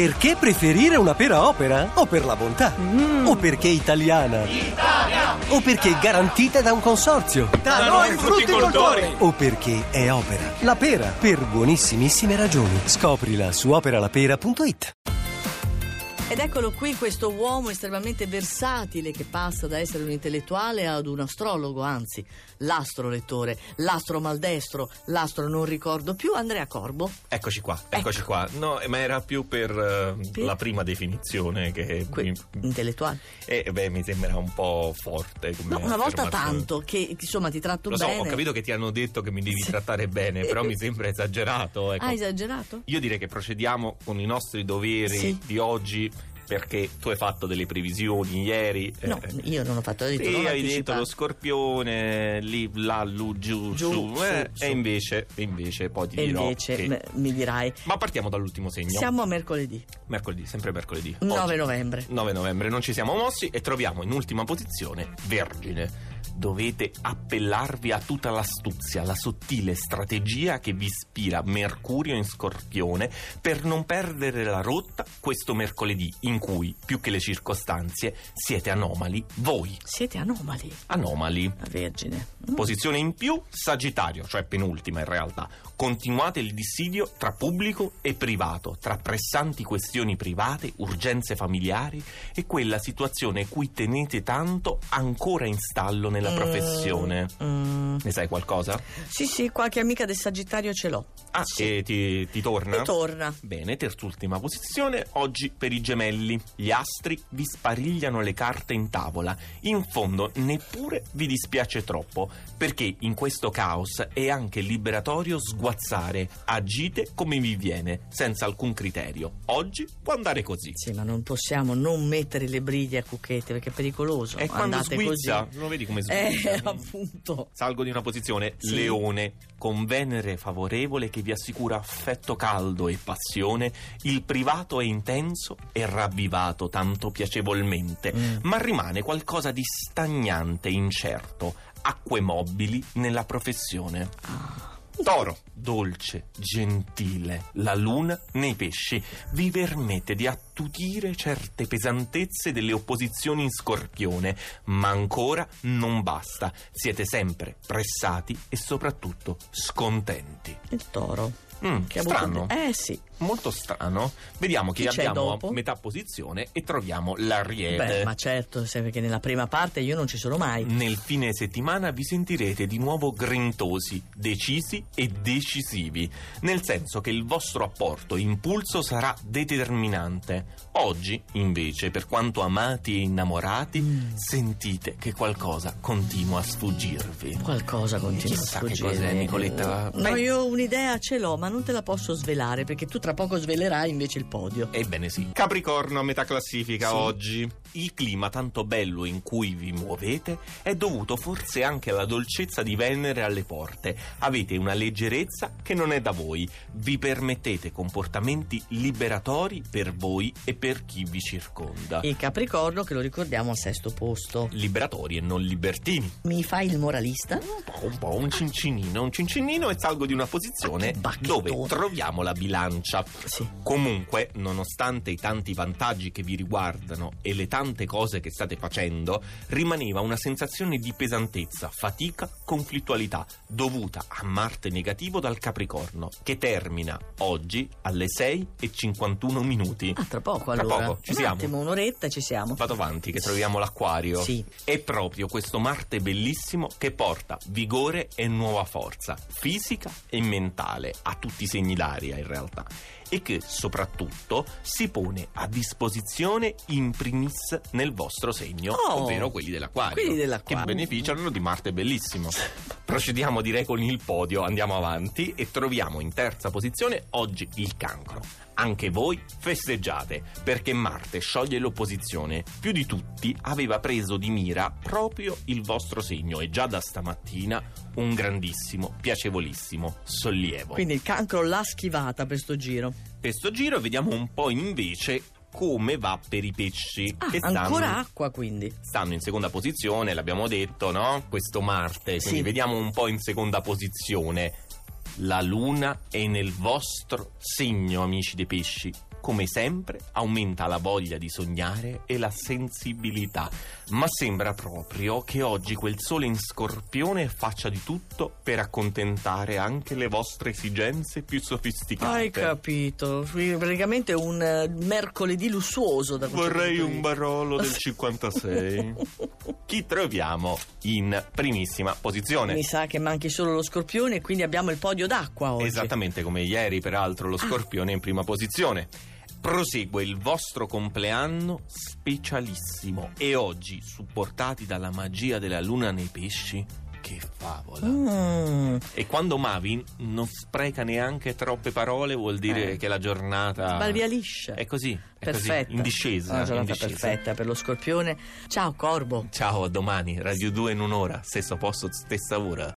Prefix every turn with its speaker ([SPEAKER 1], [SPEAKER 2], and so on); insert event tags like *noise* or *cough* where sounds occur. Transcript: [SPEAKER 1] Perché preferire una pera opera? O per la bontà?
[SPEAKER 2] Mm.
[SPEAKER 1] O perché italiana? O perché garantita da un consorzio?
[SPEAKER 2] Da noi frutticoltori!
[SPEAKER 1] O perché è opera? La pera, per buonissimissime ragioni. Scoprila su operalapera.it
[SPEAKER 3] Ed eccolo qui questo uomo estremamente versatile che passa da essere un intellettuale ad un astrologo, anzi, l'astro lettore, l'astro maldestro, l'astro non ricordo più, Andrea Corbo.
[SPEAKER 2] Eccoci qua,
[SPEAKER 3] Ecco.
[SPEAKER 2] eccoci qua. No, eh, ma era più per eh,
[SPEAKER 3] Per?
[SPEAKER 2] la prima definizione che
[SPEAKER 3] Que- intellettuale.
[SPEAKER 2] Eh, beh, mi sembra un po' forte. Come
[SPEAKER 3] No, una volta
[SPEAKER 2] affermazione.
[SPEAKER 3] tanto che insomma ti tratto
[SPEAKER 2] Lo so,
[SPEAKER 3] bene.
[SPEAKER 2] ho capito che ti hanno detto che mi devi
[SPEAKER 3] Sì.
[SPEAKER 2] trattare bene, però
[SPEAKER 3] *laughs*
[SPEAKER 2] mi sembra esagerato. ecco.
[SPEAKER 3] Ah, esagerato?
[SPEAKER 2] Io direi che procediamo con i nostri doveri
[SPEAKER 3] Sì.
[SPEAKER 2] di oggi perché tu hai fatto delle previsioni ieri.
[SPEAKER 3] No,
[SPEAKER 2] eh,
[SPEAKER 3] io non ho fatto ho detto,
[SPEAKER 2] Sì,
[SPEAKER 3] non
[SPEAKER 2] hai detto
[SPEAKER 3] anticipato.
[SPEAKER 2] lo scorpione, lì, là, lu, giù,
[SPEAKER 3] Giù,
[SPEAKER 2] su,
[SPEAKER 3] su,
[SPEAKER 2] eh,
[SPEAKER 3] su.
[SPEAKER 2] e invece, e invece poi ti
[SPEAKER 3] E
[SPEAKER 2] dirò
[SPEAKER 3] invece
[SPEAKER 2] che-
[SPEAKER 3] me- mi dirai,
[SPEAKER 2] Ma partiamo dall'ultimo segno.
[SPEAKER 3] siamo a mercoledì,
[SPEAKER 2] Mercoledì, sempre mercoledì.
[SPEAKER 3] 9
[SPEAKER 2] Oggi,
[SPEAKER 3] novembre.
[SPEAKER 2] 9 novembre, non ci siamo mossi e troviamo in ultima posizione Vergine. Dovete appellarvi a tutta l'astuzia, la sottile strategia che vi ispira Mercurio in Scorpione per non perdere la rotta questo mercoledì in cui, più che le circostanze, siete anomali voi.
[SPEAKER 3] Siete anomali,
[SPEAKER 2] Anomali.
[SPEAKER 3] la Vergine. Mm.
[SPEAKER 2] Posizione in più, Sagittario, cioè penultima in realtà. Continuate il dissidio tra pubblico e privato, tra pressanti questioni private, urgenze familiari e quella situazione cui tenete tanto ancora in stallo nella professione.
[SPEAKER 3] Mm.
[SPEAKER 2] Ne sai qualcosa?
[SPEAKER 3] Sì, sì, qualche amica del Sagittario ce l'ho.
[SPEAKER 2] Ah,
[SPEAKER 3] sì.
[SPEAKER 2] e ti, ti torna?
[SPEAKER 3] E torna.
[SPEAKER 2] Bene, terz'ultima posizione, oggi per i gemelli. Gli astri vi sparigliano le carte in tavola. In fondo neppure vi dispiace troppo, perché in questo caos è anche liberatorio sguazzare. Agite come vi viene, senza alcun criterio. Oggi può andare così.
[SPEAKER 3] Sì, ma non possiamo non mettere le briglie a Cucchetti perché è pericoloso.
[SPEAKER 2] E quando
[SPEAKER 3] Andate
[SPEAKER 2] sguizza,
[SPEAKER 3] così.
[SPEAKER 2] lo vedi come sguizza?
[SPEAKER 3] Eh, *laughs*
[SPEAKER 2] Mm.
[SPEAKER 3] appunto.
[SPEAKER 2] Salgo di una posizione
[SPEAKER 3] Sì.
[SPEAKER 2] leone, con Venere favorevole che vi assicura affetto caldo e passione, il privato è intenso e ravvivato tanto piacevolmente,
[SPEAKER 3] Mm.
[SPEAKER 2] ma rimane qualcosa di stagnante, incerto, acque mobili nella professione.
[SPEAKER 3] Ah.
[SPEAKER 2] Toro, dolce, gentile, la luna nei pesci vi permette di attutire certe pesantezze delle opposizioni in scorpione, ma ancora non basta. Siete sempre pressati e soprattutto scontenti.
[SPEAKER 3] Il toro.
[SPEAKER 2] Mm,
[SPEAKER 3] Che ha avuto-
[SPEAKER 2] strano,
[SPEAKER 3] Eh sì,
[SPEAKER 2] molto strano. Vediamo chi,
[SPEAKER 3] Chi c'è
[SPEAKER 2] abbiamo
[SPEAKER 3] dopo?
[SPEAKER 2] a metà posizione e troviamo
[SPEAKER 3] beh,
[SPEAKER 2] l'ariete.
[SPEAKER 3] ma certo, se- perché nella prima parte io non ci sono mai.
[SPEAKER 2] Nel fine settimana vi sentirete di nuovo grintosi, decisi e decisivi, nel senso che il vostro apporto impulso sarà determinante. Oggi, invece, per quanto amati e innamorati,
[SPEAKER 3] Mm.
[SPEAKER 2] sentite che qualcosa continua a sfuggirvi.
[SPEAKER 3] Qualcosa continua
[SPEAKER 2] Chissà
[SPEAKER 3] a
[SPEAKER 2] che
[SPEAKER 3] sfuggire.
[SPEAKER 2] cos'è, Nicoletta.
[SPEAKER 3] No,
[SPEAKER 2] Beh.
[SPEAKER 3] io un'idea ce l'ho, ma non te la posso svelare perché tu tra poco svelerai invece il podio.
[SPEAKER 2] Ebbene sì. Capricorno a metà classifica
[SPEAKER 3] Sì.
[SPEAKER 2] oggi. Il clima tanto bello in cui vi muovete è dovuto forse anche alla dolcezza di Venere alle porte. Avete una leggerezza che non è da voi. Vi permettete comportamenti liberatori per voi e per chi vi circonda.
[SPEAKER 3] Il Capricorno, che lo ricordiamo al sesto posto.
[SPEAKER 2] Liberatori e non libertini.
[SPEAKER 3] Mi fai il moralista?
[SPEAKER 2] Un po', un po', un cincinino, un cincinino e salgo di una posizione
[SPEAKER 3] Ma che bacchettone.
[SPEAKER 2] dove troviamo la bilancia.
[SPEAKER 3] Sì.
[SPEAKER 2] Comunque, nonostante i tanti vantaggi che vi riguardano e le tante cose che state facendo, rimaneva una sensazione di pesantezza, fatica, conflittualità dovuta a Marte negativo dal Capricorno, che termina oggi alle 6.51 minuti.
[SPEAKER 3] Ah, tra poco
[SPEAKER 2] Tra
[SPEAKER 3] allora.
[SPEAKER 2] poco, ci
[SPEAKER 3] Un
[SPEAKER 2] siamo.
[SPEAKER 3] attimo, un'oretta ci siamo.
[SPEAKER 2] Vado avanti, che troviamo l'acquario.
[SPEAKER 3] Sì.
[SPEAKER 2] È proprio questo Marte bellissimo che porta vigore e nuova forza, fisica e mentale, a tutti i segni d'aria in realtà, e che soprattutto si pone a disposizione in primis nel vostro segno,
[SPEAKER 3] Oh,
[SPEAKER 2] ovvero quelli dell'acquario,
[SPEAKER 3] quelli dell'acquario.
[SPEAKER 2] che beneficiano di Marte bellissimo. Procediamo direi con il podio, andiamo avanti e troviamo in terza posizione oggi il cancro. Anche voi festeggiate, perché Marte scioglie l'opposizione. Più di tutti aveva preso di mira proprio il vostro segno e già da stamattina un grandissimo, piacevolissimo sollievo.
[SPEAKER 3] Quindi il cancro l'ha schivata per sto giro.
[SPEAKER 2] Questo giro vediamo un po' invece come va per i pesci.
[SPEAKER 3] Ah,
[SPEAKER 2] che stanno-
[SPEAKER 3] ancora acqua quindi.
[SPEAKER 2] stanno in seconda posizione, l'abbiamo detto, no? Questo Marte, quindi
[SPEAKER 3] Sì.
[SPEAKER 2] vediamo un po' in seconda posizione. La luna è nel vostro segno, amici dei pesci. Come sempre aumenta la voglia di sognare e la sensibilità, ma sembra proprio che oggi quel sole in scorpione faccia di tutto per accontentare anche le vostre esigenze più sofisticate.
[SPEAKER 3] Hai capito, Sì, praticamente un eh, mercoledì lussuoso da questo
[SPEAKER 2] Vorrei
[SPEAKER 3] punto di
[SPEAKER 2] un
[SPEAKER 3] vista.
[SPEAKER 2] barolo del 56.
[SPEAKER 3] *laughs*
[SPEAKER 2] *laughs* Chi troviamo in primissima posizione?
[SPEAKER 3] Mi sa che manchi solo lo scorpione e quindi abbiamo il podio d'acqua oggi. Ah.
[SPEAKER 2] Esattamente come ieri, peraltro, lo scorpione è in prima posizione. Prosegue il vostro compleanno specialissimo e oggi, supportati dalla magia della luna nei pesci, che favola.
[SPEAKER 3] Mm.
[SPEAKER 2] E quando Mavin non spreca neanche troppe parole, vuol dire
[SPEAKER 3] Eh.
[SPEAKER 2] che la giornata
[SPEAKER 3] Sbaglia liscia.
[SPEAKER 2] Ah. È così, è così,
[SPEAKER 3] cioè. perfetta.
[SPEAKER 2] in discesa,
[SPEAKER 3] Una
[SPEAKER 2] in
[SPEAKER 3] giornata
[SPEAKER 2] discesa.
[SPEAKER 3] perfetta per lo scorpione. Ciao Corbo.
[SPEAKER 2] Ciao, a domani, Radio 2 in un'ora, stesso posto, stessa ora.